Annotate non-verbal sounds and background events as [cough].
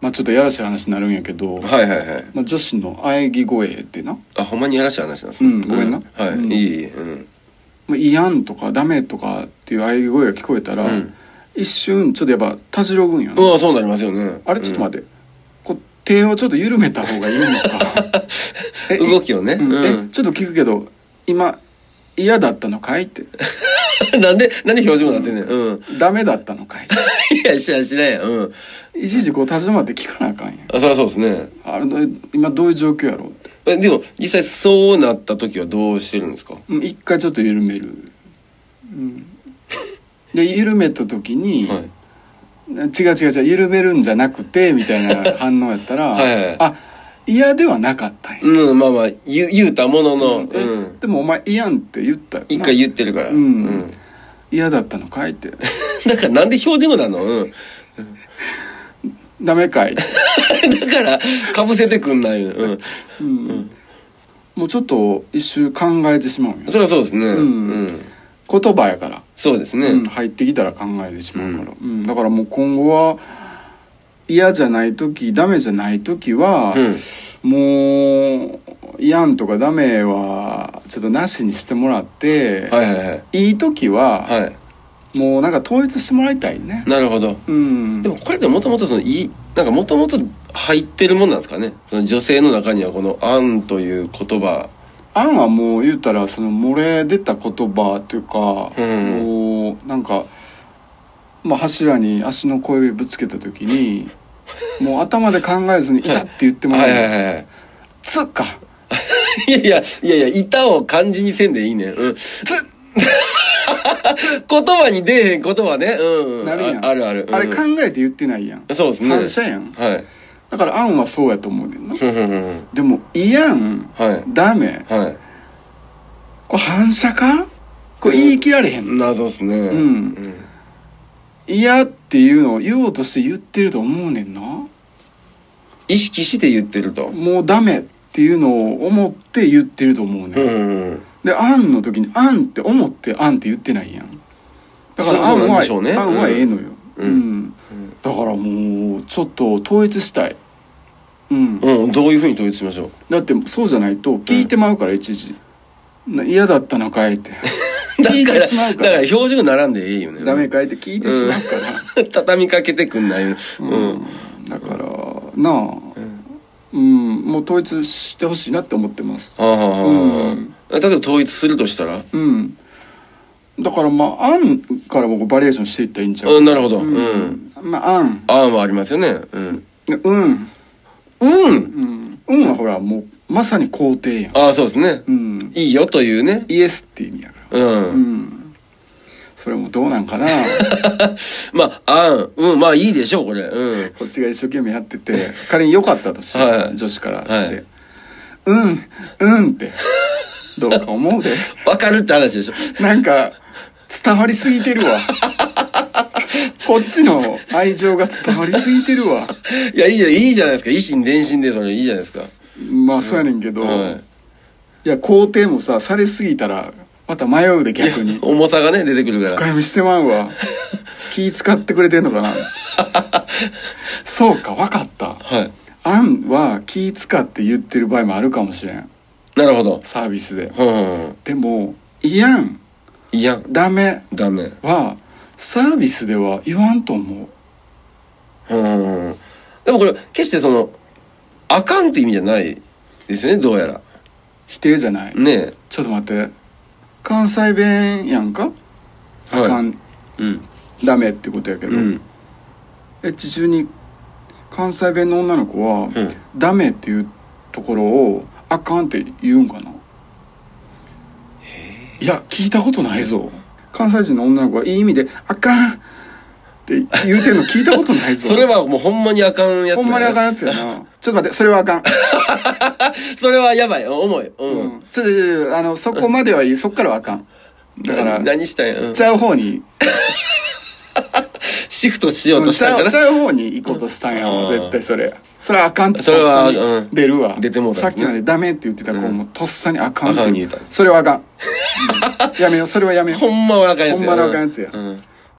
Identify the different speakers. Speaker 1: まあちょっとやらしい話になるんやけど、
Speaker 2: はいはいはい
Speaker 1: まあ、女子の喘ぎ声ってな、
Speaker 2: あほんまにやらしい話なんですね
Speaker 1: うんごめんな
Speaker 2: はい、
Speaker 1: うん
Speaker 2: いいいいうん
Speaker 1: まあ、いやんとかダメとかっていう喘ぎ声が聞こえたら、
Speaker 2: うん
Speaker 1: 一瞬ちょっとやっぱたじろぐんよ
Speaker 2: う
Speaker 1: ね、
Speaker 2: わそうなりますよね
Speaker 1: あれちょっと待
Speaker 2: て、
Speaker 1: って、こう手をちょっと緩めた方がいいの
Speaker 2: [laughs]
Speaker 1: かえ
Speaker 2: 動きをね
Speaker 1: うん
Speaker 2: う
Speaker 1: え
Speaker 2: ん [laughs]
Speaker 1: ちょっと聞くけど今嫌だったのかいって
Speaker 2: うんなんでなんで表情になってんねんうん [laughs]
Speaker 1: ダメだったのかい
Speaker 2: いやしないしないやんうん
Speaker 1: いちいちこう立ち止まって聞かなあかんやん
Speaker 2: あそりゃそうですね
Speaker 1: あれ今どういう状況やろうって
Speaker 2: えでも実際そうなった時はどうしてるんですか
Speaker 1: うん一回ちょっと緩める、うん、で緩めた時に、
Speaker 2: はい
Speaker 1: 違う違う違う緩めるんじゃなくてみたいな反応やったら
Speaker 2: [laughs] はいはい
Speaker 1: あ嫌ではなかったんや、
Speaker 2: うんまあまあ言う言うたものの、うん
Speaker 1: えでもお前嫌んって言ったよな
Speaker 2: 一回言ってるから、
Speaker 1: うん
Speaker 2: うん [laughs]
Speaker 1: 嫌だったのかいって [laughs]
Speaker 2: だからなんで標準語なの、うん、 [laughs]
Speaker 1: ダメかい、
Speaker 2: だからかぶせてくんない、うん、
Speaker 1: うんもうちょっと一周考えてしまうんよ
Speaker 2: それはそうですね、うんん
Speaker 1: 言葉やから、
Speaker 2: そうで
Speaker 1: う
Speaker 2: す
Speaker 1: ん、
Speaker 2: ね、
Speaker 1: 入ってきたら考えてしまうから、うんだからもう今後は嫌じゃない時ダメじゃない時は、
Speaker 2: うん
Speaker 1: もう嫌んとかダメはちょっとなしにしてもらって、
Speaker 2: はいはいはい
Speaker 1: い、い時は、
Speaker 2: は
Speaker 1: もうなんか統一してもらいたいね
Speaker 2: いなるほど
Speaker 1: うん
Speaker 2: でもこれってもともとそのいいなんかもともと入ってるもんなんですかねその女性の中にはこの「あん」という言葉
Speaker 1: アンはもう言うたらその漏れ出た言葉というか、
Speaker 2: うん
Speaker 1: もうなんか、まあ、柱に足の小指ぶつけた時
Speaker 2: [laughs]
Speaker 1: にもう頭で考えずに「痛って言ってもら
Speaker 2: は
Speaker 1: う、
Speaker 2: いはいはいはい
Speaker 1: つっか
Speaker 2: いやいや、いやいや、板を漢字にせんでいいねん。うん。 [laughs] 言葉に出えへん言葉ね。うんうん。
Speaker 1: なるやん
Speaker 2: ああるある。うん
Speaker 1: あれ考えて言ってないやん
Speaker 2: そうですね。
Speaker 1: 反射やん
Speaker 2: はい。
Speaker 1: だからアンはそうやと思うねんな
Speaker 2: ふんふんふん
Speaker 1: でも「いやん」
Speaker 2: はい
Speaker 1: ダメ」
Speaker 2: ふんはい。
Speaker 1: これ反射かこれ言い切られへんの
Speaker 2: 謎っすね。うん
Speaker 1: 嫌っていうのを言おうとして言ってると思うねんな
Speaker 2: 意識して言ってると。
Speaker 1: もうダメっていうのを思って言ってると思う
Speaker 2: う
Speaker 1: ね
Speaker 2: ん
Speaker 1: ん
Speaker 2: うんうん。
Speaker 1: で「あん」の時に「あん」って思って「あん」って言ってないやんだから「あ
Speaker 2: そ
Speaker 1: ん
Speaker 2: う」そうなん
Speaker 1: は
Speaker 2: でしょうね
Speaker 1: あん」はええのよ、
Speaker 2: うん
Speaker 1: だからもうちょっと統一したいうん
Speaker 2: うん、どういうふうに統一しましょう。
Speaker 1: だってそうじゃないと聞いてまうから一時な嫌だったのかいって
Speaker 2: [laughs]
Speaker 1: 聞いてしまう
Speaker 2: だ
Speaker 1: か
Speaker 2: からら標準並んでいいよね。
Speaker 1: ダメ。かいって聞いてしまうから
Speaker 2: [laughs] 畳みかけてくんないよ。うん。
Speaker 1: だからなあうん、もう統一してほしいなって思ってます
Speaker 2: はあはあ
Speaker 1: う
Speaker 2: はあ。例えば統一するとしたら
Speaker 1: うんだからまあ「あん」から僕バリエーションしていったらいいんちゃう
Speaker 2: うん、なるほど。うん。
Speaker 1: まあ「あん
Speaker 2: あんはありますよね。うん。」
Speaker 1: でうん
Speaker 2: うん
Speaker 1: 「うん」うんはほらもうまさに肯定やん
Speaker 2: ああ、そうですね
Speaker 1: う。ん
Speaker 2: いいよというね。
Speaker 1: イエスって意味やから
Speaker 2: う。
Speaker 1: うんんそれもどうなん
Speaker 2: [laughs]
Speaker 1: かな
Speaker 2: まあ、あん、うん、まあいいでしょう、これ。うん。
Speaker 1: こっちが一生懸命やってて仮に良かったとして、
Speaker 2: はい
Speaker 1: 女子からして「
Speaker 2: はい
Speaker 1: うんうん」ってどうか思うで
Speaker 2: わかるって話でしょ。 [laughs]
Speaker 1: なんか伝わりすぎてるわこっちの愛情が伝わりすぎてるわ
Speaker 2: いや、いいじゃん、いいじゃないですか。一心伝心で、それいいじゃないですか。
Speaker 1: まあそうやねんけど、
Speaker 2: はい
Speaker 1: い、や肯定もさされすぎたらまた迷うで逆に
Speaker 2: 重さがね、出てくるか
Speaker 1: 深
Speaker 2: ら。
Speaker 1: 読みしてまうわ
Speaker 2: [laughs]
Speaker 1: 気使ってくれてんのかなそうかわかった
Speaker 2: はい。
Speaker 1: あんは気使って言ってる場合もあるかもしれん
Speaker 2: なるほど。
Speaker 1: サービスで
Speaker 2: うん。
Speaker 1: でも「いやん
Speaker 2: いや、
Speaker 1: ダメ
Speaker 2: ダメ。」
Speaker 1: はサービスでは言わんと思う
Speaker 2: うん。でもこれ、決してその、あかんって意味じゃないですよね、どうやら。
Speaker 1: 否定じゃない
Speaker 2: ね
Speaker 1: ちょっと待って関西弁やんか、
Speaker 2: え。はい。
Speaker 1: あかん
Speaker 2: うん。
Speaker 1: ダメってことやけど、
Speaker 2: うん。
Speaker 1: え地中に関西弁の女の子は、
Speaker 2: うん
Speaker 1: ダメっていうところをあかんって言うんかないや聞いたことないぞ関西人の女の子はいい意味であかんって言うてんの聞いたことないぞ
Speaker 2: [laughs] それはもうほんまにあかんやつだよ
Speaker 1: ほ
Speaker 2: ね。
Speaker 1: んまにあかんやつやなちょっと待ってそれはあかん、
Speaker 2: それはやばい。重い。う
Speaker 1: うん
Speaker 2: ん。
Speaker 1: ちょっとちょっとあのそこまではいいそっからはあかんだから
Speaker 2: [laughs] 何したんや。うん
Speaker 1: ちゃう方に
Speaker 2: シフトしようとし
Speaker 1: ちゃ
Speaker 2: たん
Speaker 1: う
Speaker 2: か
Speaker 1: ち
Speaker 2: な。
Speaker 1: ゃう方に行こうとしたんやもう
Speaker 2: うん
Speaker 1: 絶対それそれはあかんって
Speaker 2: それ
Speaker 1: と
Speaker 2: は
Speaker 1: っさに
Speaker 2: うん
Speaker 1: 出るわ
Speaker 2: 出てもうた
Speaker 1: さ
Speaker 2: ん
Speaker 1: っ
Speaker 2: です
Speaker 1: き
Speaker 2: ね
Speaker 1: までダメって言ってた子もとっさにあかん
Speaker 2: あかん
Speaker 1: っ
Speaker 2: 言
Speaker 1: て
Speaker 2: うたんです
Speaker 1: それはあかんうんやめようそれはやめよ
Speaker 2: ほんまはあかん
Speaker 1: う
Speaker 2: やつ
Speaker 1: ほんまのあかんやつや
Speaker 2: うん。